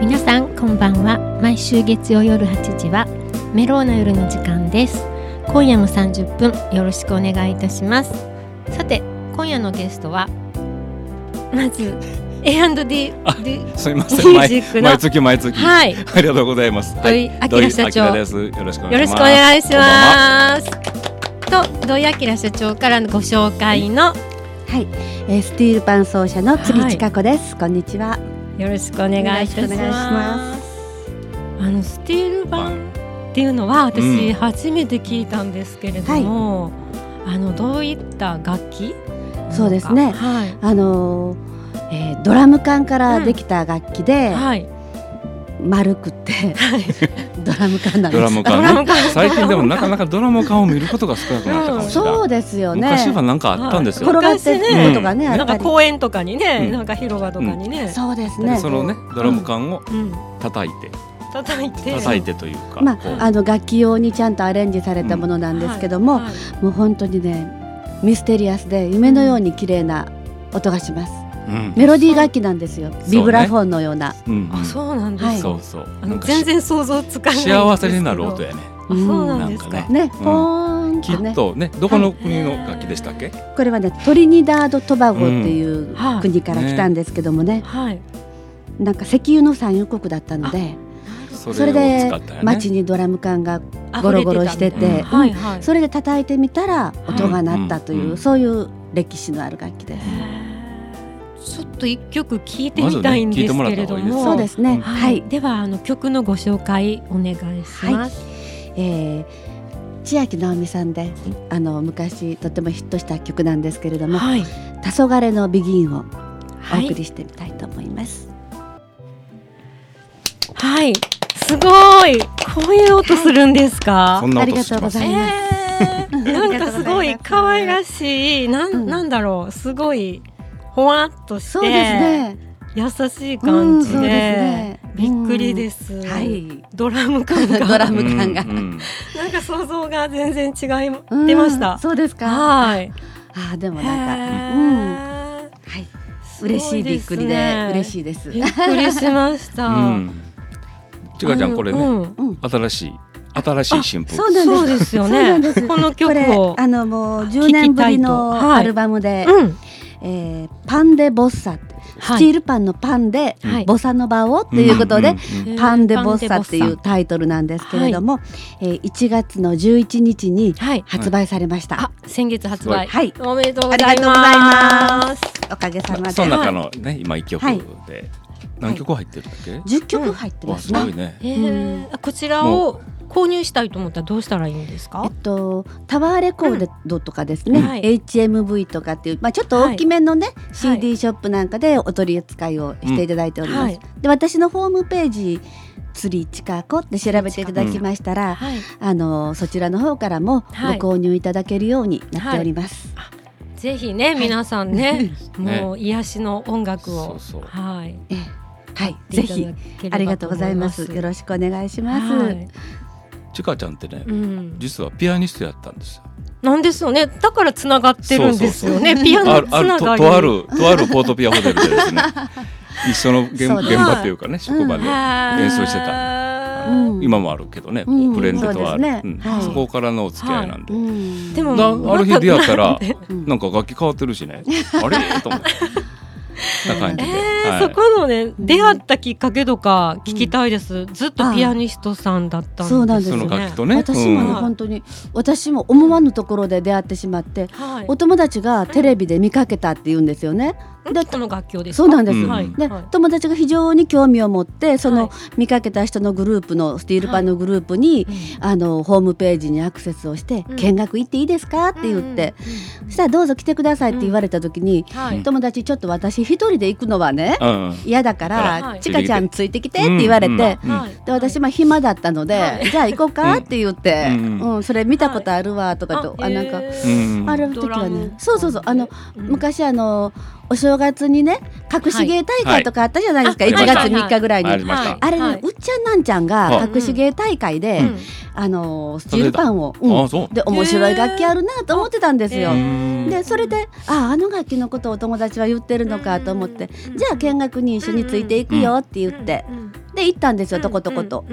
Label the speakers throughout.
Speaker 1: 皆さんこんばんは毎週月曜夜8時はメローな夜の時間です今夜も30分よろしくお願いいたしますさて今夜のゲストはまず A&D
Speaker 2: あ
Speaker 1: デュ
Speaker 2: すみませ
Speaker 1: ミュ
Speaker 2: ん
Speaker 1: ー
Speaker 2: 毎
Speaker 1: ジックの
Speaker 2: 毎月毎月、
Speaker 1: はいよ
Speaker 2: ありがとうございます。
Speaker 1: 土井明社長
Speaker 2: 土井明です。よろしくお願いします。
Speaker 1: ろしくお願いしますと土井明社長からのご紹介の
Speaker 3: はい、えー、スティール伴奏者の次千佳子です、こんにちは。
Speaker 1: よろしくお願いいたし
Speaker 3: よろしくお願いし
Speaker 1: ま
Speaker 3: ます
Speaker 1: あのスティール
Speaker 2: こんば
Speaker 1: 版
Speaker 2: んは
Speaker 1: っていうのは私
Speaker 2: うん
Speaker 1: 初めて聞いたんですけれども、あのどういった楽器なのか
Speaker 3: そうですね
Speaker 1: はい、
Speaker 3: あのーえードラム缶からできた楽器で、
Speaker 1: はい、
Speaker 3: 丸くて ドラム缶なんです。
Speaker 2: ドラム
Speaker 1: ドラ
Speaker 2: 缶
Speaker 1: ム
Speaker 2: ね。最近でもなかなかドラム缶を見ることが少なくなったかもしれない。
Speaker 3: そうですよね。
Speaker 2: 昔はなんかあったんですよ。
Speaker 3: 転がって
Speaker 1: 昔
Speaker 3: る
Speaker 2: ね
Speaker 3: ことがね、
Speaker 1: な
Speaker 3: あった
Speaker 1: んか
Speaker 3: り
Speaker 1: 公園とかにね、
Speaker 2: うん
Speaker 1: なんか広場とかにね、
Speaker 3: そうですね。
Speaker 2: そのねドラム缶を
Speaker 1: うん、
Speaker 2: 叩いて
Speaker 1: 叩いて、
Speaker 2: 叩いてというか、
Speaker 3: ま
Speaker 2: こう
Speaker 3: あ、あの楽器用にちゃんとアレンジされたものなんですけども、
Speaker 1: はい
Speaker 3: もう本当にねミステリアスで夢のように綺麗な音がします、
Speaker 2: うん
Speaker 3: メロディー楽器なんですよ、
Speaker 2: うね
Speaker 3: ビブラフォンのような
Speaker 2: うん
Speaker 1: あ、そうなんですか。
Speaker 3: はい
Speaker 2: そうそう。
Speaker 1: あ
Speaker 2: な
Speaker 1: の
Speaker 2: んか
Speaker 1: 全然想像つかないんですけど。
Speaker 2: 幸せになる音やね。
Speaker 1: あ。そうなんですか。
Speaker 2: なんか
Speaker 3: ね、ポーン
Speaker 2: き
Speaker 3: とね
Speaker 2: っとねどこの国の楽器でしたっけ？
Speaker 3: これはねトリニダード・トバゴっていう
Speaker 1: はい
Speaker 3: 国から来たんですけどもね,、
Speaker 1: はい。
Speaker 3: なんか石油の産油国だったので
Speaker 2: そ
Speaker 3: それ
Speaker 2: れを
Speaker 3: で
Speaker 2: 使ったよね。
Speaker 3: 街にドラム缶が
Speaker 1: 溢れ
Speaker 3: ゴロゴロして
Speaker 2: て
Speaker 1: たみたいなはいはい。
Speaker 3: それで叩いてみたら音が鳴ったという、
Speaker 2: うんうん
Speaker 3: そういう歴史のある楽器です。
Speaker 1: へーちょっと一曲聞いてみたいんですけれども。
Speaker 2: まずね聞いてもらった方がいいです
Speaker 3: そうです
Speaker 2: う
Speaker 3: ね、
Speaker 2: ん
Speaker 1: は
Speaker 3: はいい、、
Speaker 1: ではあの曲のご紹介お願いします。
Speaker 3: えー千秋直美さんであの昔とてもヒットした曲なんですけれども
Speaker 1: はい、
Speaker 3: 「黄昏のビギン」をお
Speaker 1: は
Speaker 3: 送
Speaker 1: い、
Speaker 3: りしてみたいと思います。
Speaker 1: はい、すごい、こういう音するんですか
Speaker 2: そ。んな
Speaker 3: あ
Speaker 2: 音
Speaker 3: り
Speaker 2: しま
Speaker 3: が
Speaker 2: す
Speaker 3: とうございます。
Speaker 1: えー、
Speaker 3: あ
Speaker 1: な
Speaker 3: り
Speaker 1: んか
Speaker 3: がとうございます
Speaker 1: すごい可愛らしい、な、
Speaker 3: うんん
Speaker 1: なんだろう、すごい。ほわっとして、
Speaker 3: そうですね。
Speaker 1: 優しいう感
Speaker 3: ん
Speaker 1: じ
Speaker 3: そ
Speaker 1: で、
Speaker 3: うですね。
Speaker 1: びっくり
Speaker 3: す
Speaker 1: です。
Speaker 3: はい。
Speaker 1: ドラム感が、
Speaker 3: ドラ
Speaker 2: う
Speaker 3: ム
Speaker 2: ん
Speaker 3: 缶が。
Speaker 2: うん
Speaker 1: なんか想像が全然違い出まし
Speaker 3: うん
Speaker 1: た。
Speaker 3: そうですか。あ
Speaker 1: はい、
Speaker 3: ー、でもなんか、
Speaker 1: へー
Speaker 3: はい、
Speaker 1: すご
Speaker 3: 嬉しいびっくりで、嬉
Speaker 1: い
Speaker 3: しいです。
Speaker 1: ですね。びっくりしまし
Speaker 2: う
Speaker 1: た。
Speaker 2: ん。ちかちゃんこれ
Speaker 1: あ
Speaker 2: ね
Speaker 1: のうん
Speaker 3: うん。
Speaker 2: 新しい新しい新婦。
Speaker 3: そうなんです。
Speaker 1: そうですよ
Speaker 3: そうな
Speaker 1: ね
Speaker 3: んです。
Speaker 1: この曲
Speaker 3: これ
Speaker 1: を、
Speaker 3: あのもう10
Speaker 1: 聞きたいと
Speaker 3: 年ぶりの
Speaker 1: はい
Speaker 3: アルバムで、
Speaker 1: うん、
Speaker 3: えーパンでボッサって、
Speaker 1: は
Speaker 3: スチ
Speaker 1: い
Speaker 3: ールパンのパンで、
Speaker 1: はい
Speaker 3: ボサノバをっていうことで、
Speaker 2: んうんうん
Speaker 3: パンでボッサっていうタイトルなんですけれども、えー1月の11日に
Speaker 1: はい。
Speaker 3: 発売されました。
Speaker 1: あ、先月発売。
Speaker 3: はい、
Speaker 1: おめでとうござ
Speaker 3: あ
Speaker 1: い
Speaker 3: りがとうござい
Speaker 1: ま。
Speaker 3: ますおかげさま
Speaker 2: まあ
Speaker 3: で
Speaker 2: その中のね今一曲
Speaker 3: はい
Speaker 2: で何曲入ってるんだっけ？
Speaker 3: 10曲入って
Speaker 2: わ
Speaker 3: ますす
Speaker 2: ご
Speaker 3: ね
Speaker 2: い。ね。
Speaker 1: えーこちらを購入したいと思ったらどうしたらいいんです
Speaker 3: え
Speaker 1: か
Speaker 3: っ？と、タワーレコードとかですね、
Speaker 1: うんはい
Speaker 3: HMV とかっていう、まあ、ちょっと大きめのね、
Speaker 1: はい
Speaker 3: CD ショップなんかでお取り扱いをしていただいております。
Speaker 1: はい
Speaker 3: で私のホームページ「釣りちかこ」って調べていただきましたら、
Speaker 1: はい。
Speaker 3: あのそちらの方からも
Speaker 1: はい
Speaker 3: ご購入いただけるようになっております。
Speaker 1: ぜひね皆さん ね、
Speaker 2: ね
Speaker 1: もう癒しの音楽
Speaker 2: そ
Speaker 1: を
Speaker 2: うそう。
Speaker 1: はい。
Speaker 3: ええはい、ぜひありがとうございます。よろ
Speaker 1: し
Speaker 3: しくお願いし
Speaker 1: く
Speaker 3: ます。
Speaker 2: ちかちゃんってね
Speaker 1: うん。
Speaker 2: 実はピアニストやったんですよ。
Speaker 1: なんですよね。だからつながってるんですよね。
Speaker 3: そうそうそう
Speaker 1: ピア
Speaker 2: あ
Speaker 1: ノ
Speaker 2: る
Speaker 1: つ
Speaker 2: ある
Speaker 1: な
Speaker 2: と
Speaker 1: がり。
Speaker 2: とあるとあるポートピアホテルでです ね一緒の現
Speaker 3: そうです
Speaker 2: 現場というかね職場で
Speaker 1: はい
Speaker 2: 演奏して
Speaker 3: う
Speaker 1: た
Speaker 3: ん
Speaker 2: 今もあるけどね
Speaker 3: うん
Speaker 2: ブレンドとあ
Speaker 3: そうですね
Speaker 2: るうん
Speaker 3: はい
Speaker 2: そこからのお付き合いなんで
Speaker 3: う。ん
Speaker 1: でも
Speaker 2: なある日出会っ たら
Speaker 3: うん
Speaker 2: なんか楽器変わってるしねあれと思って。な感
Speaker 1: え
Speaker 2: じで。
Speaker 1: ー
Speaker 2: はい
Speaker 1: そこのね出会ったきっかけとか聞きたいです、ずっとピアニストさんだったんです
Speaker 3: そ
Speaker 1: よ
Speaker 3: うなんです
Speaker 2: そ
Speaker 3: よ
Speaker 2: の
Speaker 1: ね
Speaker 2: 楽器とね。
Speaker 3: 私もね、
Speaker 2: うん
Speaker 1: はい
Speaker 3: 本当に私も思わぬところで出会ってしまって、
Speaker 1: はい
Speaker 3: お友達がテレビで見かけたって言うんですよね。
Speaker 1: だこの楽器をですか
Speaker 3: そうなんです。
Speaker 2: うん
Speaker 1: はい
Speaker 3: で
Speaker 1: はい
Speaker 3: 友達が非常に興味を持ってそ
Speaker 1: はい
Speaker 3: の見かけた人のグループのスティールパンのグループに、あのホームページにアクセスをして
Speaker 1: うん
Speaker 3: 「見学行っていいですか?」って言って、、そしたら「どうぞ来てください」って言われた時に、
Speaker 1: うんはい
Speaker 3: 友達ちょっと私一人で行くのはね
Speaker 2: うんうん
Speaker 3: 嫌だか
Speaker 2: あ
Speaker 1: らは
Speaker 3: ら
Speaker 1: い
Speaker 3: 「ちかちゃんついてきて」って言われ
Speaker 2: う
Speaker 3: て、
Speaker 2: んうんうん
Speaker 1: はい
Speaker 3: で私まあ暇だったので、
Speaker 1: はい
Speaker 3: じゃあ行こうかって言って、
Speaker 2: う
Speaker 3: うんんそれ見たことあるわとかと、あなんか、
Speaker 1: へ
Speaker 2: う
Speaker 1: ー
Speaker 2: ん
Speaker 3: ある時は
Speaker 1: ドラム
Speaker 3: ねそうそうそうあの、
Speaker 1: うん
Speaker 3: 昔あのお正月にね隠し芸大会とかあったじゃないですか、
Speaker 2: はいはい
Speaker 3: 1
Speaker 2: あ
Speaker 3: 月3日ぐらいに、
Speaker 2: ありまし
Speaker 1: はい
Speaker 2: た。
Speaker 3: あれね、
Speaker 1: はいう
Speaker 3: っちゃんなんちゃん
Speaker 2: は
Speaker 3: が
Speaker 2: い
Speaker 3: 隠し芸大会で、
Speaker 1: うん
Speaker 3: あのスチールパンを、うん
Speaker 2: あそう。
Speaker 3: で面白い楽器あるなと思ってたんですよ。
Speaker 1: へ
Speaker 2: ー
Speaker 3: でそれでああの楽器のことをお友達は言ってるのかと思って、じゃあ見学に一緒についていくよって言って、
Speaker 1: うん
Speaker 3: で行ったんですよ、とことこと、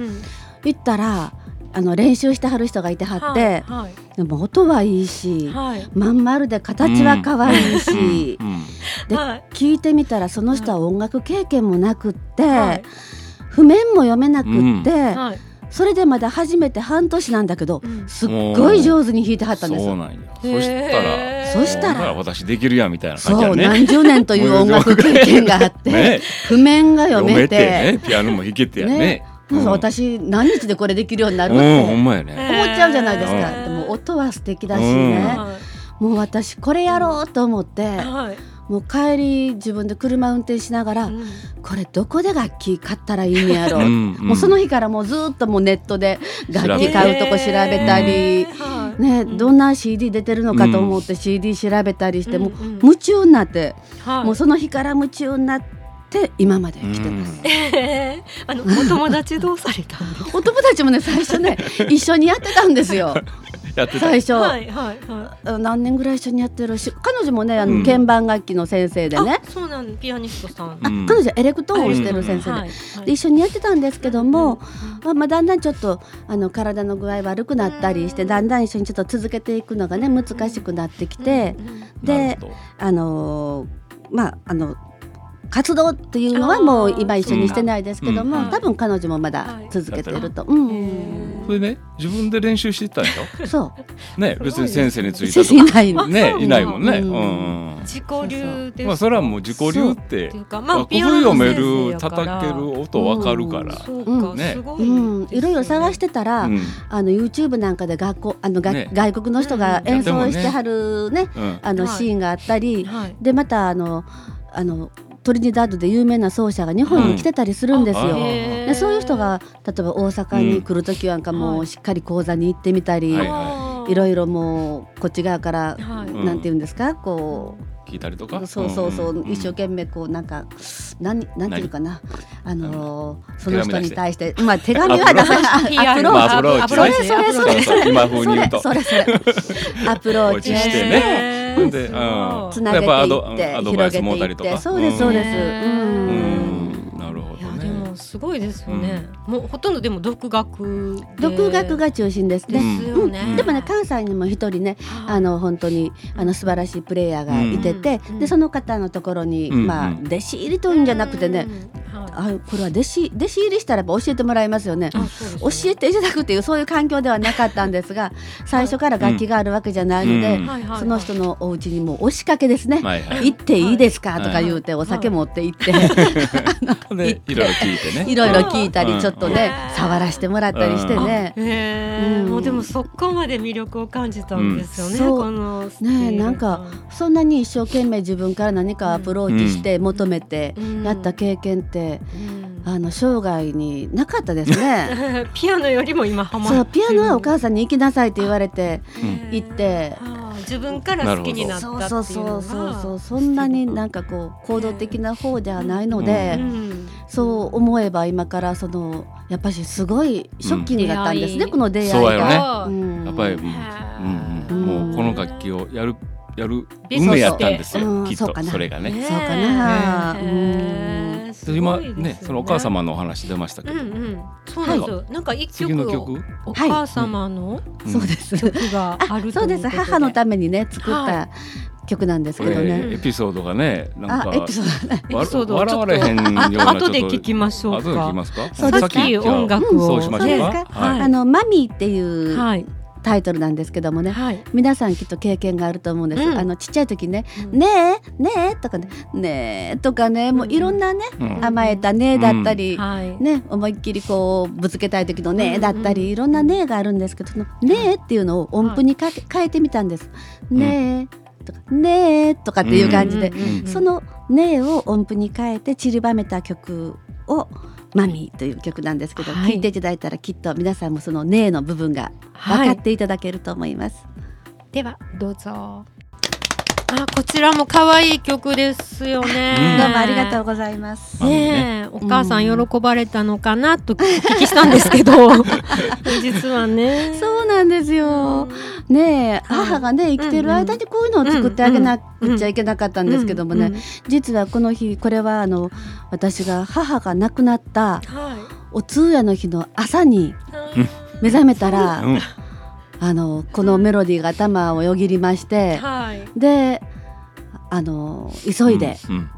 Speaker 3: 行ったらあの練習してはる人がいてはって、
Speaker 1: は
Speaker 3: でも音はいいし、
Speaker 1: いはい
Speaker 3: まん丸で形は可愛いし、
Speaker 2: うんうん
Speaker 3: で
Speaker 1: はい
Speaker 3: 聞いてみたらその人は音楽経験もなくって、
Speaker 1: はい
Speaker 3: 譜面も読めなくって、
Speaker 1: はい
Speaker 3: それでまだ初めて半年なんだけど、
Speaker 1: うん
Speaker 3: すっごい上手に弾いてはったんです
Speaker 2: そう
Speaker 3: よ。
Speaker 2: なんや。そ
Speaker 1: へー
Speaker 2: したら、
Speaker 3: そしたら
Speaker 2: ほんな私できるやんみたいな感じ
Speaker 3: そう、
Speaker 2: やね。
Speaker 3: 何十年と いう音楽経験があって、
Speaker 2: ね、
Speaker 3: 譜面が読
Speaker 2: 読
Speaker 3: め
Speaker 2: め
Speaker 3: て、
Speaker 2: てね、ピアノも弾けてやね
Speaker 3: ね。
Speaker 2: う
Speaker 3: もうん私何日でこれできるようになる
Speaker 2: う
Speaker 3: っ
Speaker 2: ん、ほ
Speaker 3: て
Speaker 2: んまやね。
Speaker 3: 思っちゃうじゃないですか。
Speaker 2: へ
Speaker 3: でも音は素敵だし
Speaker 2: うん
Speaker 3: ね、
Speaker 1: は
Speaker 3: もう私これやろうと思って
Speaker 1: い、はい
Speaker 3: もう帰り自分で車運転しながら、
Speaker 1: うん
Speaker 3: これどこで楽器買ったらいいんやろう。
Speaker 2: ん
Speaker 3: もうその日からもうずっともうネットで楽器買うとこ調べたり
Speaker 1: へ、ーはい
Speaker 3: ね、
Speaker 1: うん
Speaker 3: どんな CD 出てるのかと思って CD 調べたりして、もう
Speaker 1: うんうん
Speaker 3: 夢中になって、
Speaker 1: はい
Speaker 3: もうその日から夢中になって今まで
Speaker 2: うん
Speaker 3: 来てます。
Speaker 1: へーあのお友達どうされたん ですか
Speaker 3: お友達もね最初 ね一緒にやってたんですよ
Speaker 2: やってた。
Speaker 3: 最初、
Speaker 1: はいはいは
Speaker 3: 何年ぐらい一緒にやってるし彼女もねあの、
Speaker 2: うん
Speaker 3: 鍵盤楽器の先生で
Speaker 1: い。
Speaker 3: ね
Speaker 1: あ、そうなんピアニストさん。
Speaker 2: う
Speaker 1: は
Speaker 2: ん
Speaker 3: 彼女はエレクトーンをしてる先生で,、
Speaker 1: いはい
Speaker 3: で一緒にやってたんですけど
Speaker 1: う
Speaker 3: も、
Speaker 1: ん
Speaker 3: まあまあ、だんだんちょっとあの体の具合悪くなったりして、
Speaker 1: うん
Speaker 3: だんだん一緒にちょっと続けていくのがね難しくなってきて、
Speaker 1: うんうん
Speaker 2: なる
Speaker 3: で
Speaker 2: ほど
Speaker 3: あのーまああの活動っていうのはもう今一緒にしてないですけども、
Speaker 2: うん
Speaker 3: 多分彼女もまだ
Speaker 1: はい
Speaker 3: 続けてると、
Speaker 1: へ
Speaker 3: う
Speaker 2: それね、自分で練習してたんよ。
Speaker 3: ん、そ
Speaker 2: ね、別に先生につ
Speaker 3: う
Speaker 2: いた
Speaker 3: 先
Speaker 2: と
Speaker 3: 生いないの
Speaker 2: か。ね、いないもんね。
Speaker 3: う
Speaker 2: うんんうん。
Speaker 1: 自己流です。
Speaker 2: まあ、それはもう自己流っ
Speaker 1: っててい。うか、ま
Speaker 2: ま
Speaker 1: あ
Speaker 2: あ、譜
Speaker 1: ピアノ
Speaker 2: 読
Speaker 1: の
Speaker 2: め
Speaker 1: 先生
Speaker 2: る、
Speaker 1: やから
Speaker 2: 叩ける、音わかるから。
Speaker 1: そう
Speaker 3: う
Speaker 1: か、
Speaker 3: ん
Speaker 2: ね
Speaker 1: すごいですよね、
Speaker 3: うん、いろいろ探してたら、
Speaker 2: うん。
Speaker 3: あの YouTube なんかで学校あの、が
Speaker 2: ね
Speaker 3: 外国の人が
Speaker 1: うん
Speaker 3: 演奏してはるね
Speaker 2: うん。
Speaker 3: あの
Speaker 1: はい
Speaker 3: シーンがあったり、
Speaker 1: はい。
Speaker 3: でまたあのあのトリニダードで有名な奏者が日本に来てたりするんです
Speaker 2: う
Speaker 3: よ。
Speaker 2: んあ
Speaker 1: へー
Speaker 3: でそういう人が例えば大阪に来る時なんかも
Speaker 1: はいう
Speaker 3: しっかり講座に行ってみたり、
Speaker 2: はい
Speaker 3: い
Speaker 1: あー
Speaker 3: ろいろもうこっち側から、
Speaker 1: はい
Speaker 2: ん
Speaker 3: なんて言うんですかこ
Speaker 2: 聞いたりと
Speaker 3: う、
Speaker 2: か。
Speaker 3: そうそうそう、一生
Speaker 2: 懸
Speaker 3: 懸命こうなんかなんなんていうかなあのーその人に対してまあ手紙
Speaker 2: 紙
Speaker 3: は
Speaker 2: 出
Speaker 3: 出
Speaker 2: して
Speaker 3: せないアプロ
Speaker 2: まあ
Speaker 3: ー
Speaker 2: ア
Speaker 3: チ
Speaker 2: プローチね
Speaker 1: アプローチ
Speaker 3: それ
Speaker 2: そうそう今風に
Speaker 3: そ
Speaker 2: 言
Speaker 3: れ
Speaker 2: うと。
Speaker 3: それそれアプローチ
Speaker 2: アプローチ
Speaker 3: し
Speaker 2: しててね。
Speaker 3: ね
Speaker 1: へー
Speaker 2: うんです
Speaker 1: ごい
Speaker 2: うん
Speaker 3: つなげて
Speaker 2: やっ
Speaker 3: い
Speaker 2: ぱ
Speaker 3: っ
Speaker 2: アド
Speaker 3: て
Speaker 2: アドバイ
Speaker 3: 広
Speaker 2: ス
Speaker 3: げ
Speaker 2: も
Speaker 3: て
Speaker 2: らった
Speaker 3: い
Speaker 2: り
Speaker 3: っ
Speaker 2: と
Speaker 3: て
Speaker 2: か
Speaker 3: そうですそうです
Speaker 1: へ
Speaker 3: う
Speaker 1: ー
Speaker 3: ん
Speaker 2: うんなるほ
Speaker 1: い
Speaker 2: ど
Speaker 1: やで
Speaker 2: ね。
Speaker 1: もすごいですよね、もうほとんどでも独学で
Speaker 3: 独学が中心です
Speaker 1: で
Speaker 3: ね
Speaker 1: すよね、
Speaker 2: うんうん
Speaker 3: でもね関西にも一人ねあの本当にあの素晴らしいプレイヤーがいてて
Speaker 1: うん
Speaker 3: でその方のところに
Speaker 2: うん
Speaker 3: まあ弟子入りというんじゃなくてね
Speaker 1: うんはい
Speaker 3: あこれは弟子弟子入りしたらやっぱ教えてもらいますよね
Speaker 1: あそうです
Speaker 3: 教
Speaker 1: よ
Speaker 3: えていただくっていうそういう環境ではなかったんですが最初から楽器があるわけじゃないので
Speaker 2: うん
Speaker 1: はいはいはい
Speaker 3: その人のお家にもう押しかけですね
Speaker 2: はいはい。
Speaker 3: 行っていいですかとか言うてお酒持って行って
Speaker 2: でいろいろ聞いてね。
Speaker 3: いろいろ聞いたりちょっとね
Speaker 1: うん
Speaker 3: 触らせてもらったりしてね。
Speaker 1: へー
Speaker 3: うん
Speaker 1: もうでもそこまで魅力を感じたんですよね、
Speaker 3: うんそう
Speaker 1: このスケール
Speaker 3: ねえなんかそんなに一生懸命自分から何かアプローチして求めて
Speaker 1: うん
Speaker 3: やった経験って
Speaker 1: うん
Speaker 3: あの生涯になかったですね。
Speaker 1: ピアノよりも今ハマって
Speaker 3: そうピアノはお
Speaker 1: さ
Speaker 3: 母さんに行きなさいって言われて
Speaker 2: ん
Speaker 3: 行って
Speaker 1: あー自分から好きになったっ
Speaker 3: そ
Speaker 1: ていうの
Speaker 3: う
Speaker 1: が
Speaker 3: そうそうそうそうそんなになんかこう行動的な方ではないので
Speaker 1: うん
Speaker 3: そう思えば今からそのやっぱしすごいショッキングだったんですね
Speaker 1: うん
Speaker 3: この出会い
Speaker 2: そうやろ
Speaker 3: が。
Speaker 2: ね
Speaker 1: ね
Speaker 3: うん
Speaker 2: やっぱり、うん
Speaker 1: へー
Speaker 2: うんうんもうこの楽器をやるやる運命やったんです
Speaker 3: う
Speaker 2: よ。
Speaker 3: ん
Speaker 2: きっ
Speaker 3: そ
Speaker 2: と
Speaker 3: うかな
Speaker 2: それがね。
Speaker 3: そうかな
Speaker 1: ね
Speaker 3: うん
Speaker 1: へーすごい
Speaker 2: 今
Speaker 1: ですよ
Speaker 2: ねそのお母様のお話出ましたけ
Speaker 1: う
Speaker 2: ど
Speaker 1: ん、うんそうなんですよ、なんか一
Speaker 2: 次
Speaker 1: 曲
Speaker 2: の
Speaker 1: を
Speaker 2: 曲？
Speaker 1: お母様の
Speaker 2: うん
Speaker 3: そうです。
Speaker 1: 曲があ
Speaker 3: あ
Speaker 1: ると
Speaker 3: そう
Speaker 1: い
Speaker 3: で
Speaker 1: う
Speaker 3: す。
Speaker 1: こと
Speaker 3: 母のためにね作っ
Speaker 1: は
Speaker 3: た曲なんです
Speaker 2: こ
Speaker 3: けどね。
Speaker 2: れエピソードがねなん
Speaker 3: あ
Speaker 2: か
Speaker 3: エピソードね。
Speaker 1: エピソードを
Speaker 2: わ
Speaker 1: ち
Speaker 2: ら
Speaker 1: ょっと
Speaker 2: 笑われへんようなちょっと。
Speaker 1: 後で聞きましょう
Speaker 2: 後で聞き
Speaker 1: か。
Speaker 2: ますか。
Speaker 3: そうです
Speaker 1: さ
Speaker 3: か
Speaker 1: っき音楽を、
Speaker 2: そうしましょう
Speaker 1: ね
Speaker 3: そう
Speaker 2: か
Speaker 3: で。す
Speaker 1: はい
Speaker 3: あのマミーっていう
Speaker 1: はい
Speaker 3: タイトルなんですけどもね。
Speaker 1: はい。
Speaker 3: 皆さんきっと経験があると思うんです。
Speaker 1: うん
Speaker 3: あのちっちゃい時ね、
Speaker 1: うん
Speaker 3: ねえねえとかね、ねえとかね、もういろんなね、
Speaker 2: うん
Speaker 3: 甘えたねえだったり、
Speaker 1: はい。
Speaker 3: ね思いっきりこうぶつけたい時のねえだった
Speaker 1: う
Speaker 3: り、
Speaker 1: んうん
Speaker 3: いろんなねえがあるんですけどそのねえっていうのを音符にかけ変えてみたんです。ねえとかねえとかっていう感じで、
Speaker 1: うんうんうん
Speaker 3: その「ねえ」を音符に変えて散りばめた曲を「マミー」という曲なんですけど、
Speaker 1: はい
Speaker 3: 聴いていただいたらきっと皆さんもその「ねえ」の部分が分
Speaker 1: は
Speaker 3: かっ
Speaker 1: い。
Speaker 3: ていただけると思います。
Speaker 1: ではどうぞ。あこちらも可愛い曲ですよね。
Speaker 3: どうもありがとうございます。
Speaker 2: まあ
Speaker 1: ね
Speaker 2: ね
Speaker 1: え、お母さん喜ばれたのかなとお 聞きしたんですけど、実はね。
Speaker 3: そうなんですよ。ねえ、母がね生きてる間にこういうのを作ってあげなくちゃいけなかったんですけどもね、
Speaker 1: うんうん
Speaker 3: 実はこの日これはあの私が母が亡くなった
Speaker 1: は
Speaker 3: お通夜の日の朝に
Speaker 1: い。
Speaker 3: 目覚めたら、
Speaker 2: うん。
Speaker 3: あのこのメロディーが頭をよぎりまして、
Speaker 1: はい。
Speaker 3: であの急いで、
Speaker 2: うん。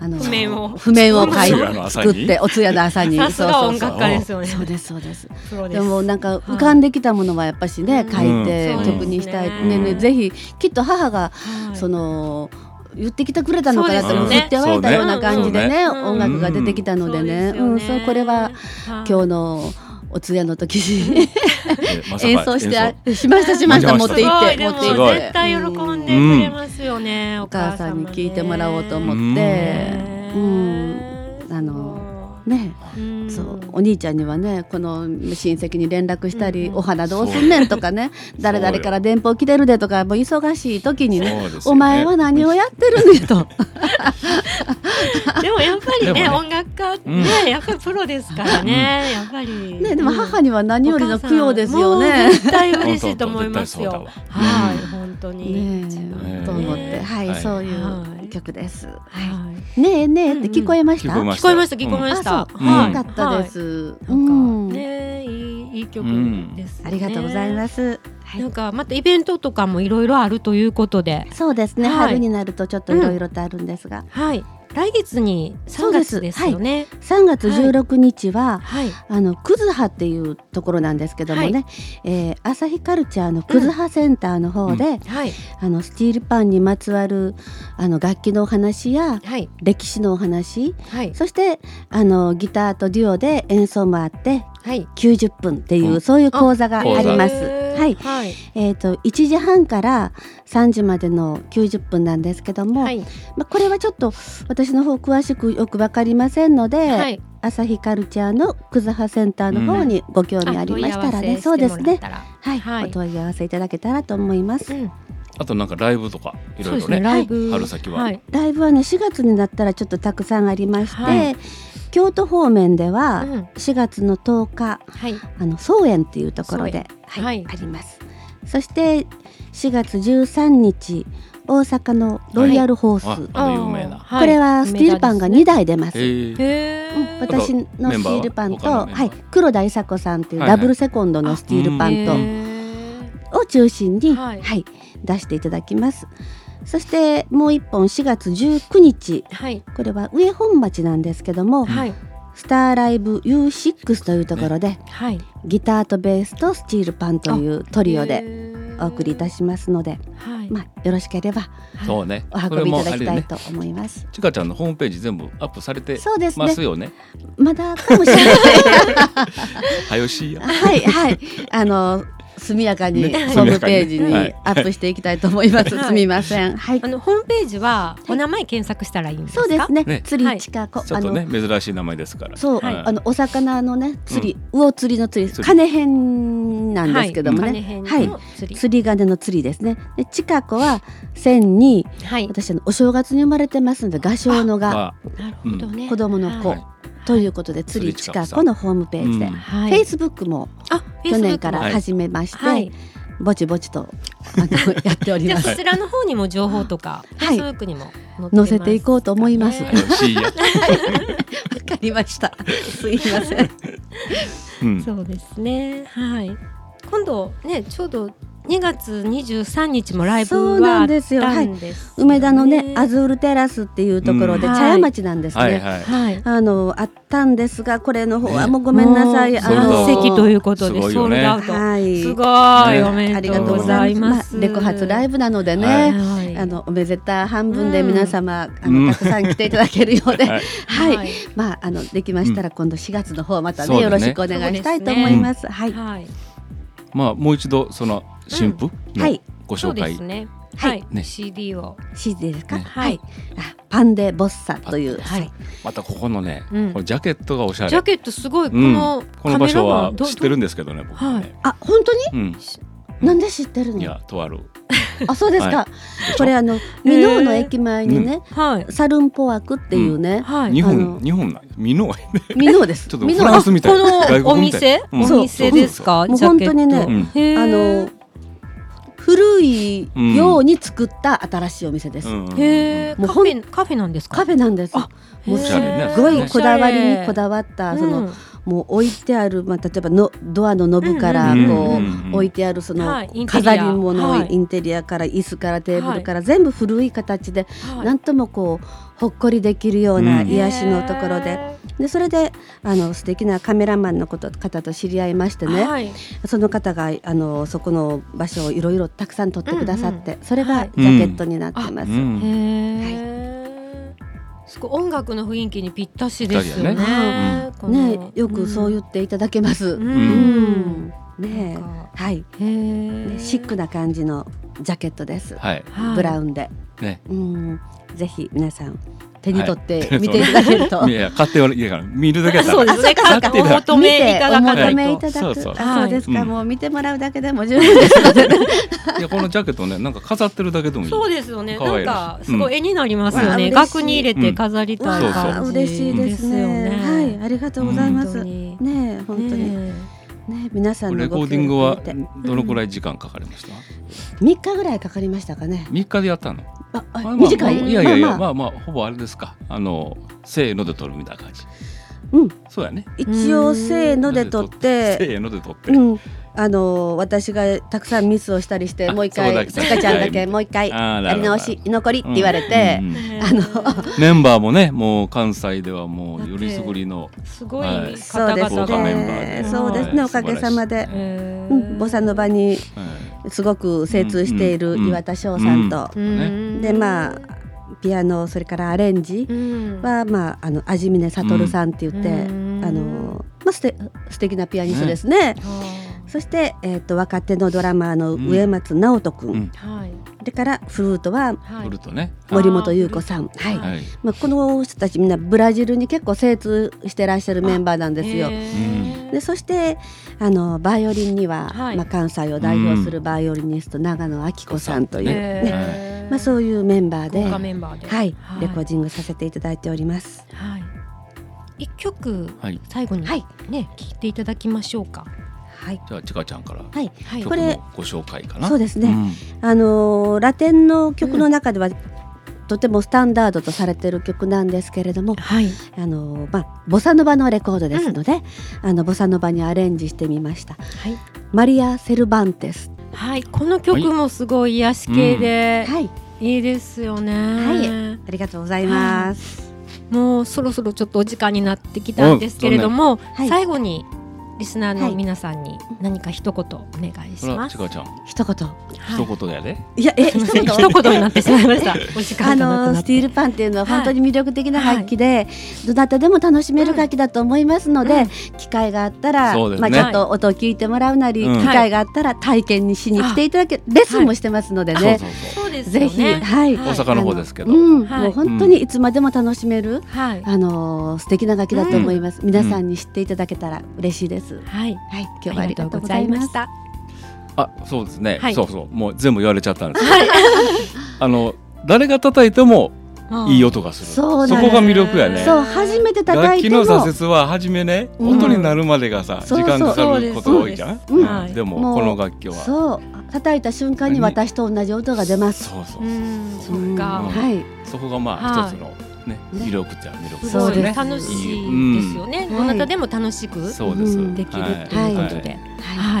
Speaker 3: あの
Speaker 1: 譜面を
Speaker 3: 譜面を書い
Speaker 2: お通夜の
Speaker 3: て
Speaker 2: 朝に
Speaker 3: 作ってお通夜の朝に
Speaker 1: さすが音楽家ですよね。
Speaker 3: そうですそうです
Speaker 1: プロで。
Speaker 3: ですもなんか浮かんできたものはやっぱしね、
Speaker 1: はい
Speaker 3: 書いて
Speaker 2: うん
Speaker 3: 曲にしたい、
Speaker 1: そうですね
Speaker 3: ねねぜひきっと母が
Speaker 1: はい
Speaker 3: その、言ってきてくれたのかなと
Speaker 2: そう
Speaker 3: 思っ
Speaker 2: ですよね
Speaker 3: て言われたような感じでね
Speaker 1: そうね
Speaker 3: 音楽が出てきたのでね,、うん
Speaker 1: そうですよ
Speaker 3: そうこれは今
Speaker 1: は
Speaker 3: 日のお通夜の時に
Speaker 2: えまさか
Speaker 3: 演奏してあしましたしました
Speaker 2: あ
Speaker 3: 持
Speaker 2: じゃあ
Speaker 3: って行っ
Speaker 1: い
Speaker 3: て持って
Speaker 1: す
Speaker 2: す
Speaker 1: ご
Speaker 2: ご
Speaker 1: い
Speaker 2: い
Speaker 1: でも
Speaker 3: 行
Speaker 1: 絶
Speaker 3: っ
Speaker 1: 対
Speaker 3: て
Speaker 1: 喜
Speaker 3: う
Speaker 1: ん
Speaker 3: ん
Speaker 1: でくれますよね。
Speaker 3: お母さんに聞いてもらおうと
Speaker 1: っ
Speaker 3: 思って、
Speaker 1: て
Speaker 3: うんあのねそうお兄ちゃんにはねこの親戚に連絡したり、
Speaker 1: うん
Speaker 3: お花どうすんねんとかね誰々から電報来てるでとかもう忙しい時にね
Speaker 2: そうですよね
Speaker 3: お前は何をやってるんだと
Speaker 1: でもやっぱりね
Speaker 2: でも
Speaker 1: 音楽家ってね、やっぱりプロですからね、やっぱり
Speaker 3: ねでも母には何よりの供養です
Speaker 1: お
Speaker 3: よ
Speaker 1: 母さんもう
Speaker 3: ね。
Speaker 1: 絶対嬉しいと思いますよ
Speaker 2: 本当本当絶対そうだわ
Speaker 1: は
Speaker 2: うん
Speaker 1: い本当に、
Speaker 3: ね
Speaker 2: ね
Speaker 3: えと思ってはい、
Speaker 2: はい
Speaker 3: そうい
Speaker 1: はいう
Speaker 3: 曲です。は
Speaker 1: はい
Speaker 3: い、ねえねえって聞こえまし
Speaker 2: 聞
Speaker 3: た？
Speaker 2: こえま
Speaker 1: 聞こえました
Speaker 2: うん
Speaker 1: 聞こえました、
Speaker 3: あそう、
Speaker 2: は
Speaker 3: よ
Speaker 2: い
Speaker 3: かったです。う
Speaker 1: はいなん
Speaker 3: ん、
Speaker 1: かねいいいい曲です、ね
Speaker 3: ありがとうござい
Speaker 1: す
Speaker 3: ます。は
Speaker 1: なん
Speaker 3: い、
Speaker 1: かまたイベントとかもいろいろあるということで
Speaker 3: そうですね、
Speaker 1: はい
Speaker 3: 春になるとちょっといろいろとあるんですが、
Speaker 1: はい来月に3月ですよね
Speaker 3: 3月16日は、
Speaker 1: はい、
Speaker 3: あのクズハっていうところなんですけども
Speaker 1: は
Speaker 3: ね、えー、朝日カルチャーのクズハセンターの方で、
Speaker 1: はい
Speaker 3: あのスチールパンにまつわるあの楽器のお話や
Speaker 1: はい
Speaker 3: 歴史のお話
Speaker 1: はい
Speaker 3: そしてあのギターとデュオで演奏もあって
Speaker 1: はい
Speaker 3: 90分っていう、
Speaker 2: うん
Speaker 3: そういう講座があ
Speaker 2: 講座
Speaker 3: ります。
Speaker 1: へー
Speaker 3: はい、
Speaker 1: はい
Speaker 3: えー、と1時半から3時までの90分なんですけども、
Speaker 1: はい
Speaker 3: まあ、これはちょっと私の方詳しくよくわかりませんので、
Speaker 1: はい
Speaker 3: 朝日カルチャーのクズハセンターの方にご興味ありましたらね、そうですね、はい、
Speaker 1: はい
Speaker 3: お問い合わせいただけたらと思います。
Speaker 2: あとなんかライブとかい
Speaker 1: そうで
Speaker 2: ろいろ
Speaker 1: すね
Speaker 2: ね。
Speaker 1: ライブ
Speaker 2: 春先は
Speaker 1: はい
Speaker 3: ライブはね4月になったらちょっとたくさんありまして、
Speaker 1: はい
Speaker 3: 京都方面で
Speaker 1: う
Speaker 3: は
Speaker 1: ん
Speaker 3: 4月の10日
Speaker 1: はい
Speaker 3: あの草園っていうところで、
Speaker 1: 草
Speaker 3: は
Speaker 1: 園
Speaker 3: い
Speaker 1: は
Speaker 3: ありますそして4月13日大阪のロイヤルホース、
Speaker 2: あ、あの有名な。
Speaker 1: あー
Speaker 3: これはスティールパンが2台出ます、
Speaker 2: ええ。
Speaker 1: へ
Speaker 3: うん
Speaker 1: ー
Speaker 3: 私のスティールパン
Speaker 2: 他のメンバー
Speaker 3: と、はい、黒田伊佐子さんというダブルセコンドのスティールパ
Speaker 2: はい
Speaker 3: ン
Speaker 2: は
Speaker 3: と
Speaker 2: い
Speaker 3: を中心に、
Speaker 1: は
Speaker 3: はいい出していただきますそしてもう1本4月19日
Speaker 1: はい
Speaker 3: これは上本町なんですけども、
Speaker 1: はい
Speaker 3: スターライブ U6 というところで、
Speaker 1: はい
Speaker 3: ギターとベースとスチールパンというト
Speaker 1: ト
Speaker 3: リオでお送りいたしますので、
Speaker 1: はい
Speaker 3: まあ、よろしければ
Speaker 2: そうね。
Speaker 3: お運びいただきたいと思います。
Speaker 2: ちかちゃんのホームページ全部アップされて
Speaker 3: そうですね
Speaker 2: ますよね。
Speaker 3: まだかもしれない。
Speaker 2: はよしいや。
Speaker 3: はいはい。あの速やかにホ
Speaker 2: ね
Speaker 3: ームページに
Speaker 2: 速やかにね
Speaker 3: アップしていきたいと思います。
Speaker 1: はい
Speaker 3: すみません。はい
Speaker 1: あ。のホームページはお名前検索したらいいんですか
Speaker 3: そうですね。
Speaker 2: ね
Speaker 3: 釣り近子、
Speaker 2: ちょ
Speaker 3: あ
Speaker 2: っと
Speaker 3: の
Speaker 2: ね珍しい名前ですから。
Speaker 3: そう、
Speaker 2: はい
Speaker 3: あのお魚のね釣り、魚釣りの釣り
Speaker 2: 釣り
Speaker 3: 金編なんですけども
Speaker 1: は
Speaker 3: ね。
Speaker 1: い
Speaker 3: はい。
Speaker 1: 金編の釣り
Speaker 3: 釣り鐘の釣りですね。で近子は千に
Speaker 1: はい
Speaker 3: 私あのお正月に生まれてますので画商のが
Speaker 2: ま
Speaker 1: なるほどね
Speaker 3: 子供の子、
Speaker 1: はい
Speaker 3: ということで釣り
Speaker 2: 釣り近
Speaker 3: 近
Speaker 2: 子さん
Speaker 3: 子のホームページで、
Speaker 2: うん
Speaker 1: はい
Speaker 3: Facebook も
Speaker 1: あ
Speaker 3: 去年から
Speaker 1: Facebook も
Speaker 2: はい
Speaker 3: 始めまして、
Speaker 1: はい
Speaker 3: ぼちぼちとあのやっており
Speaker 1: じゃ
Speaker 3: ま
Speaker 1: あ
Speaker 3: す
Speaker 1: そちらの方にも情報とか
Speaker 3: はい
Speaker 1: Facebook にも
Speaker 3: 載せていこうと思います
Speaker 1: 載せ
Speaker 2: あ
Speaker 1: ていこ
Speaker 2: よしいや。
Speaker 3: わかりました。すいません。
Speaker 2: う ん。
Speaker 1: そうですね。はい。今度ねちょうど2月23日もライブ
Speaker 3: そう
Speaker 1: はあ
Speaker 3: な
Speaker 1: っ
Speaker 3: んですよ
Speaker 1: たんですよね、
Speaker 3: 梅田のね、アズールテラスっていうところで、
Speaker 1: うん
Speaker 3: 茶屋町なんですね。
Speaker 2: はいはい。
Speaker 1: はい。
Speaker 3: あのあったんですがこれの方は
Speaker 2: ね
Speaker 3: もうごめんなさい、
Speaker 1: もう
Speaker 3: あ
Speaker 2: の
Speaker 1: 三
Speaker 3: の
Speaker 1: 席ということです
Speaker 2: ごい
Speaker 1: ソー
Speaker 2: よね
Speaker 1: ルドアウト。
Speaker 3: はい
Speaker 1: すごい、
Speaker 2: ね
Speaker 1: おめ
Speaker 3: あ
Speaker 1: で
Speaker 3: り
Speaker 1: と
Speaker 3: が
Speaker 1: う
Speaker 3: とう
Speaker 1: ご
Speaker 3: ご
Speaker 1: ざ
Speaker 3: ざ
Speaker 1: い
Speaker 3: い
Speaker 1: ま。
Speaker 3: ますす、レコ発ライブなのでね、
Speaker 2: はい
Speaker 1: はい
Speaker 3: あのおめでた半分で
Speaker 1: うん
Speaker 3: 皆様、
Speaker 2: う
Speaker 3: あ
Speaker 2: ん
Speaker 3: のたくさん来ていただけるよ うで、
Speaker 2: は
Speaker 3: はいい、
Speaker 1: はい
Speaker 3: まああのできましたら今度4月の方また
Speaker 2: そ
Speaker 3: ね
Speaker 2: うだね
Speaker 3: よろしくお願いしたいと思います。はい、
Speaker 1: はい。
Speaker 2: まあもう一度その新婦
Speaker 3: は
Speaker 2: の
Speaker 3: い
Speaker 2: ご
Speaker 1: そう
Speaker 2: 紹
Speaker 1: で
Speaker 2: 介
Speaker 1: す。ね。
Speaker 3: はい
Speaker 1: はい。
Speaker 2: ね
Speaker 1: CD を。
Speaker 3: 指示ですか、
Speaker 2: ね
Speaker 1: はい。
Speaker 3: あパンデボッサという、
Speaker 1: はい。
Speaker 2: またここのね、
Speaker 1: うん
Speaker 2: このジャケットがおしゃ
Speaker 1: ジャ
Speaker 2: れ。
Speaker 1: ケットすごいこ
Speaker 2: うん
Speaker 1: の
Speaker 2: こ
Speaker 1: カ
Speaker 2: の場
Speaker 1: メラ
Speaker 2: 所
Speaker 1: マ
Speaker 2: は
Speaker 1: ンど
Speaker 2: 知ってる
Speaker 1: ど
Speaker 2: んですけどね僕はね。
Speaker 3: あ本当に
Speaker 2: うん。
Speaker 3: なんで知ってるの
Speaker 2: いやとある
Speaker 3: あそうですか、
Speaker 2: は
Speaker 3: これあのミノーの駅前にね、
Speaker 1: はい。
Speaker 3: サルンポワクっていうね、
Speaker 1: は
Speaker 2: 日
Speaker 1: い。
Speaker 3: あ
Speaker 2: 本
Speaker 3: の
Speaker 2: 日本ないミノワイ
Speaker 3: ミノーです
Speaker 2: ちょっと
Speaker 3: ミ
Speaker 2: フランスみたいな
Speaker 1: あこ
Speaker 2: 外
Speaker 1: のお
Speaker 2: 国みたい
Speaker 1: 店、
Speaker 2: うん
Speaker 1: お店ですか？
Speaker 3: そうそうそうもう本当にね
Speaker 1: ジャケット。へ
Speaker 3: あ
Speaker 1: ー
Speaker 3: の古いように作った新しいお店です、
Speaker 2: うん
Speaker 1: へえ。
Speaker 3: もう
Speaker 1: カフ
Speaker 3: ほん
Speaker 1: ェカフェなんですか？
Speaker 3: カフェなんです
Speaker 1: あ
Speaker 3: もう
Speaker 1: へー
Speaker 2: おしゃれね
Speaker 3: すごいこだわりにこ
Speaker 1: わ
Speaker 3: だわったその、
Speaker 1: うん
Speaker 3: もう置いてある、まあ、例えばのドアのノブから
Speaker 1: う
Speaker 3: こ
Speaker 1: ん
Speaker 3: う、
Speaker 2: うんうん
Speaker 3: 置いてあるその、
Speaker 1: はいインテリア
Speaker 3: 飾り物、
Speaker 1: はい
Speaker 3: インテリアから椅子からテーブルから、全部古い形で、
Speaker 1: はい
Speaker 3: なんともこうほっこりできるような
Speaker 2: うん
Speaker 3: 癒しのところで,、
Speaker 1: へ
Speaker 3: でそれであの素敵なカメラマンのこと方と知り合いまして
Speaker 1: ー
Speaker 3: ね、
Speaker 1: はい
Speaker 3: その方があのそこの場所をいろいろたくさん撮ってくださって、それ
Speaker 1: は
Speaker 3: が
Speaker 1: い
Speaker 3: ジャケットになってます。
Speaker 2: うん
Speaker 1: へえ。すごい音楽の雰囲気にぴったしですよね
Speaker 2: ぴった
Speaker 3: り
Speaker 2: やね。
Speaker 1: この
Speaker 3: ね、よくそう言っていただけます。
Speaker 1: うん。う
Speaker 3: うん
Speaker 1: ん
Speaker 3: ね
Speaker 1: なんか
Speaker 3: はい、
Speaker 1: へ
Speaker 3: ね
Speaker 1: え。
Speaker 3: シックな感じのジャケットです。
Speaker 2: はい
Speaker 1: はい。
Speaker 3: ブラウンで、
Speaker 2: ね
Speaker 3: うん、ぜひ皆さん手に取って見ていただけると、
Speaker 2: いやいや買ってはいいから見るだけだか
Speaker 1: そう
Speaker 2: ら
Speaker 1: ですね。
Speaker 3: あそ
Speaker 1: 価
Speaker 3: っか
Speaker 1: 格お求
Speaker 3: 見
Speaker 1: め
Speaker 3: て
Speaker 1: いただか
Speaker 3: お求
Speaker 1: な
Speaker 3: め
Speaker 1: い
Speaker 3: い
Speaker 1: と。
Speaker 3: ただく
Speaker 2: そうそう
Speaker 3: あそうですか、
Speaker 2: はい
Speaker 3: もう見てもらうだけでも十分ですので、ね、
Speaker 2: いやこのジャケットねなんか飾ってるだけでもいい
Speaker 1: そうですよね。
Speaker 2: 可
Speaker 1: な
Speaker 2: 愛
Speaker 1: ん
Speaker 2: い
Speaker 1: か
Speaker 2: です
Speaker 1: すごい絵になりますよね。
Speaker 3: うん
Speaker 1: 額に入れて飾りたい
Speaker 2: うん
Speaker 1: 感
Speaker 2: そ
Speaker 1: じ、
Speaker 3: 嬉しいですね
Speaker 1: よ
Speaker 3: はいありがとうございます、ね
Speaker 1: ね
Speaker 3: え本当にね
Speaker 1: ね
Speaker 3: え皆さんの
Speaker 2: レコ
Speaker 3: ご
Speaker 2: ー
Speaker 3: 協
Speaker 2: ディン
Speaker 3: 力
Speaker 2: グ
Speaker 3: を
Speaker 2: は
Speaker 3: 得て
Speaker 2: どのくらい時間かかりました
Speaker 3: 三日ぐらいかかりましたかね
Speaker 2: 三日でやったの
Speaker 3: あ
Speaker 2: ま
Speaker 3: あ
Speaker 2: あまあ
Speaker 3: 短い、
Speaker 2: まあいやいやいや
Speaker 3: まあまあ
Speaker 2: まあまあほぼあれですかあのせーので撮るみたいな感じ
Speaker 3: うん
Speaker 2: そうやね
Speaker 3: 一応せーので撮って
Speaker 2: せーので撮って
Speaker 3: うんあの私がたくさんミスをしたりして
Speaker 2: あ
Speaker 3: もう一
Speaker 2: そうだ
Speaker 3: 回
Speaker 2: け
Speaker 3: さかちゃんだけもう一回や
Speaker 2: あーなる
Speaker 3: り
Speaker 2: ほど
Speaker 3: 直し居残りって言われて、
Speaker 2: うんうんうん
Speaker 1: え
Speaker 3: あの
Speaker 2: メンバーもねもう関西ではも
Speaker 1: だっ
Speaker 2: う
Speaker 1: て
Speaker 2: よりすぐりの
Speaker 1: すごい
Speaker 2: は
Speaker 1: 方
Speaker 2: い
Speaker 3: そうで
Speaker 1: 々
Speaker 3: す
Speaker 2: 豪華メンバー
Speaker 3: ね
Speaker 2: で。
Speaker 3: そうです
Speaker 2: は
Speaker 3: ね。
Speaker 2: い
Speaker 3: おかげさまで、
Speaker 1: えー
Speaker 3: うん、ボサノバに
Speaker 2: は
Speaker 3: すごく精通している
Speaker 2: うん
Speaker 3: 岩田翔さんと、
Speaker 1: うん
Speaker 3: でまあピアノそれからアレンジ
Speaker 1: うん
Speaker 3: はまああの味峰悟さんって言って、
Speaker 1: うん
Speaker 3: あのまあ素敵素敵なピアニストですね。
Speaker 1: は
Speaker 3: そしてえっ、と若手のドラマーの上松直人君、
Speaker 2: うんうん
Speaker 1: い
Speaker 3: それからフルートはい
Speaker 1: は
Speaker 2: 撮るとね
Speaker 3: 森本優子さん、
Speaker 1: ー
Speaker 3: はい。
Speaker 2: はい
Speaker 3: まあこの人たちみんなブラジルに結構精通してらっしゃるメンバーなんですよ。
Speaker 1: へー
Speaker 3: でそしてあのバイオリンには、
Speaker 1: はい
Speaker 3: まあ、関西を代表するバイオリニスト、長野明子さんという、
Speaker 2: ね
Speaker 1: へー
Speaker 3: まあ、そういうメンバーで
Speaker 1: 豪華メンバーでは
Speaker 3: はい、レコーディングさせていただいております。
Speaker 1: はい一曲
Speaker 2: はい
Speaker 1: 最後に
Speaker 3: はい
Speaker 1: ね聞いていただきましょうか
Speaker 3: はい、
Speaker 2: じゃあちかちゃんから
Speaker 3: はい
Speaker 1: はい
Speaker 2: 曲
Speaker 3: これ
Speaker 2: のご紹介かな
Speaker 3: そう
Speaker 2: で
Speaker 3: ですね、あのーラテンの曲の中では、とてもスタンダードとされている曲なんですけれども、
Speaker 1: はい
Speaker 3: あのーまあ、ボサノバのレコードですので、あのボサノバにアレンジしてみました。
Speaker 1: はい
Speaker 3: マリア・セルバンテス。
Speaker 1: はい、この曲もすごい癒し系で、
Speaker 3: はい、
Speaker 1: いいですよね、
Speaker 3: はありがとうございます。
Speaker 1: もうそろそろちょっとお時間になってきたんですけれども、
Speaker 3: はい
Speaker 1: 最後にリスナーの皆さんに何か一言お願いし
Speaker 2: それは
Speaker 1: ま
Speaker 2: ち
Speaker 1: す。
Speaker 2: かちゃん
Speaker 3: 一言。
Speaker 1: はい
Speaker 2: 一言やで
Speaker 3: いや、え、
Speaker 1: すい
Speaker 3: 一
Speaker 1: ません
Speaker 3: 言。
Speaker 1: 一言になってしまいま した。お時
Speaker 3: あ
Speaker 1: 間がなく
Speaker 3: の
Speaker 1: な
Speaker 3: ス
Speaker 1: っ
Speaker 3: テ
Speaker 1: て。
Speaker 3: ィールパンっていうのは
Speaker 1: はい
Speaker 3: 本当に魅力的な楽器で、どなたでも楽しめる楽器だと思いますので、
Speaker 1: うん
Speaker 3: 機会があったら、
Speaker 2: そうですね
Speaker 3: まあ、ちょっと音を聞いてもらうなり、
Speaker 2: うん
Speaker 3: 機会があったら体験にしに来ていただけ、レッスンもしてますので
Speaker 2: そう
Speaker 3: ね、
Speaker 2: そう
Speaker 1: そうです
Speaker 3: ぜ
Speaker 1: よ
Speaker 3: ひ、
Speaker 1: ね。
Speaker 3: はい、
Speaker 1: は
Speaker 2: そう大阪の方ですけど
Speaker 3: あのうん
Speaker 1: はい
Speaker 3: もう本当にいつまでも楽しめる、
Speaker 1: はい。
Speaker 3: あの素敵な楽器だと思います、皆さんに知っていただけたら嬉しいです、
Speaker 1: はい。
Speaker 3: はい、今日は
Speaker 1: あ
Speaker 3: あ
Speaker 1: り
Speaker 3: り
Speaker 1: が
Speaker 3: が
Speaker 1: と
Speaker 3: と
Speaker 1: うご
Speaker 3: うご
Speaker 1: ざ
Speaker 3: ざ
Speaker 1: い
Speaker 3: い
Speaker 1: ま
Speaker 3: ま
Speaker 1: し
Speaker 3: す。
Speaker 1: た。
Speaker 2: あそうですね
Speaker 1: はい
Speaker 2: そうそうもう全部言われちゃったんです あの誰が叩いてもいい音がするそこ
Speaker 3: そうなんです
Speaker 2: が魅力やね
Speaker 3: そう初めて叩
Speaker 2: 楽
Speaker 3: い
Speaker 2: 器
Speaker 3: て
Speaker 2: の
Speaker 3: も
Speaker 2: 挫折は初めね
Speaker 3: うん
Speaker 2: 音になるまでがさ
Speaker 3: そう
Speaker 2: 時間かかることが多いじゃ
Speaker 1: そう
Speaker 2: ん
Speaker 1: ですそうです
Speaker 2: うん
Speaker 1: はい
Speaker 2: でも
Speaker 3: もう
Speaker 2: この楽器はそう
Speaker 3: そう叩いた瞬間に私と同じ音が出ます。
Speaker 2: そうそう
Speaker 1: ううん、そっ
Speaker 3: うん
Speaker 1: か。
Speaker 3: はい、
Speaker 2: そこがま
Speaker 1: は
Speaker 2: あ
Speaker 1: い
Speaker 2: 一つのね
Speaker 3: ね
Speaker 2: 魅力っていうのは魅力
Speaker 1: すご
Speaker 3: そう
Speaker 1: い
Speaker 3: です
Speaker 1: 楽しいですよね。
Speaker 3: うん
Speaker 1: どなたでも楽しく
Speaker 2: そうです
Speaker 3: うん
Speaker 1: できる
Speaker 2: はい
Speaker 1: ということで。
Speaker 3: は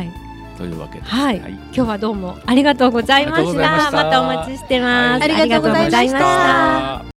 Speaker 1: は
Speaker 3: い、
Speaker 1: い。
Speaker 2: というわけで
Speaker 1: はい今日はどうもありがとうございま
Speaker 2: あり
Speaker 1: し
Speaker 2: がとうござい
Speaker 1: た。
Speaker 2: ました
Speaker 1: またお待ちしてます。
Speaker 2: はい
Speaker 3: ありがとうございました
Speaker 1: ありがとうございました。